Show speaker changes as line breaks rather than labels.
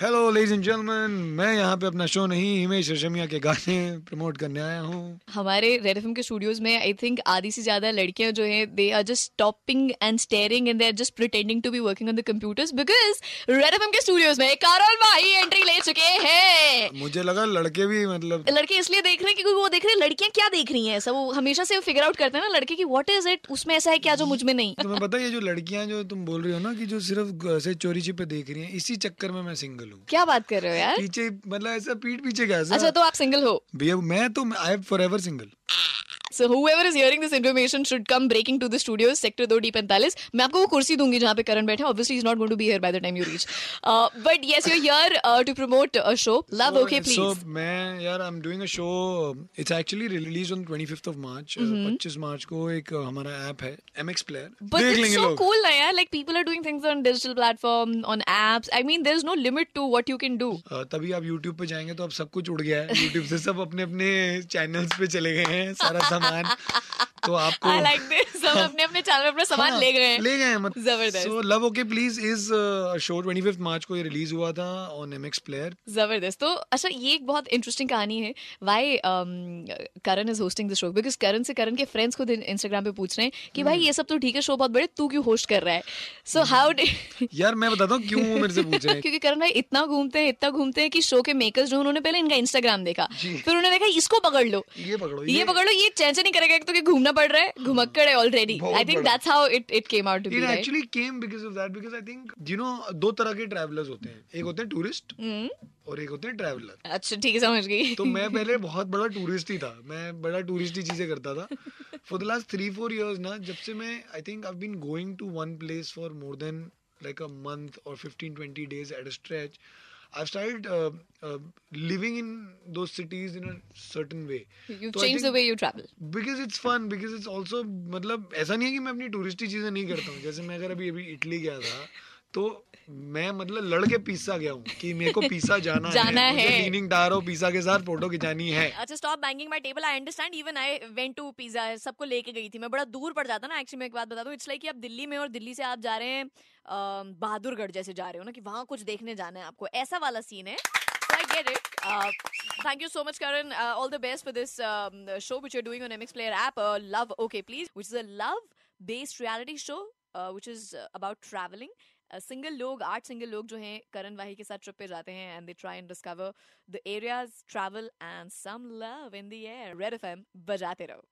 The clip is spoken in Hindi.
हेलो लेडीज एंड जेंटलमैन मैं यहाँ पे अपना शो नहीं हिमेश रेशमिया के गाने प्रमोट करने आया हूँ
हमारे रेड एफ के स्टूडियोज में आई थिंक आधी से ज्यादा लड़कियां जो हैं they are just stopping and staring and they are just pretending to be working on the computers because Red F के स्टूडियोज में कारल भाई एंट्री ले चुके हैं
मुझे लगा लड़के भी मतलब
लड़के इसलिए देख रहे हैं क्योंकि वो देख रहे हैं लड़कियां क्या देख रही हैं सब वो हमेशा से फिगर आउट करते हैं ना लड़के की व्हाट इज इट उसमें ऐसा है क्या जो मुझ में नहीं
तुम्हें पता है ये जो लड़कियां जो तुम बोल रही हो ना कि जो सिर्फ ऐसे चोरी छिपे देख रही हैं इसी चक्कर में मैं सिंगल हूँ
क्या बात कर रहे हो यार
पीछे मतलब ऐसा पीठ पीछे क्या
अच्छा
ऐसा
तो आप सिंगल हो
भैया मैं तो I am forever single
so whoever is hearing this information should come breaking to the studios sector दो डी पैंतालीस मैं आपको वो कुर्सी दूंगी जहाँ पे करण बैठे obviously is not going to be here by the time you reach but yes you here to promote a show love okay
So,
please
मैं यार I am doing a show it's actually release on 25th of March 25 मार्च को एक uh, हमारा ऐप है MX प्लेयर
Mm-hmm. But
देख
it's
लेंगे
so
लोग
cool, na, yeah? Like people are doing things on digital platform, on apps. I mean, there's no limit to what you can do.
अ, तभी आप YouTube पे जाएंगे तो अब सब कुछ उड़ गया है YouTube से सब अपने अपने चैनल्स पे चले गए हैं सारा सामान तो आपको
I like this. हम अपने अपने चैनल में अपना सामान
हाँ,
ले गए हैं.
ले गए हैं मतलब
जबरदस्त।
So love okay please is show 25th मार्च को ये रिलीज हुआ था ऑन MX प्लेयर
जबरदस्त तो अच्छा ये एक बहुत इंटरेस्टिंग कहानी है um, why Karan is hosting the show because Karan से करण के फ्रेंड्स खुद इंस्टाग्राम पे पूछ रहे हैं कि
Hmm.
भाई ये सब तो ठीक है शो बहुत बड़े तू क्यों होस्ट कर रहा है सो हाउ
यार मैं बताता हूँ क्यों वो मेरे से Hmm. तो पूछ रहे हैं
क्योंकि करण भाई इतना घूमते हैं इतना घूमते हैं कि शो के मेकर्स जो उन्होंने पहले इनका इंस्टाग्राम देखा फिर उन्होंने देखा इसको पकड़ लो
तो ये पकड़ो
ये पकड़ लो ये चैन से नहीं करेगा एक तो कि घूमना पड़ रहा है घुमक्कड़ है ऑलरेडी
बहुत
आई थिंक
बड़ा।
That's how it it came out to be
It
right
actually came because of that because I think you know दो तरह के ट्रैवलर्स होते हैं एक होते हैं टूरिस्ट और एक होते हैं ट्रैवलर
Hmm? अच्छा ठीक है समझ गई
तो मैं पहले बहुत बड़ा टूरिस्ट ही था मैं बड़ा टूरिस्ट ही चीजें करता था for the last three four years ना जब से मैं I think I been going to one place for more than like a month और 15 20 days at a stretch I start uh, living in two cities in a certain way
you
to
change the way you travel
because it's fun because it's also मतलब ऐसा नहीं है कि मैं अपनी टूरिस्टी चीजें नहीं करता हूँ जैसे मैं अगर अभी अभी इटली गया था तो मैं मतलब लड़के पीसा गया हूँ कि मेरे को पीसा जाना,
जाना
है, मुझे
है।
लीनिंग डारो पीसा के साथ फोटो खिंचानी है
अच्छा stop banging my table I understand even I went to pizza सबको लेके गई थी मैं बड़ा दूर पड़ जाता ना एक्चुअली मैं एक बात बता दूं इट्स लाइक कि आप दिल्ली में और दिल्ली से आप जा रहे हैं अम, बहादुरगढ़ जैसे जा रहे हो ना कि वहां कुछ देखने जाना है आपको ऐसा वाला सीन है I get it thank you so much Karan all the best for this show which um, you're doing on MX Player app, uh, Love Okay Please, which is a love-based reality show, uh, which is uh, about traveling. Single लोग आठ सिंगल लोग जो हैं करण वाही के साथ ट्रिप पे जाते हैं and they try and discover the areas travel and some love in the air red FM बजाते रहो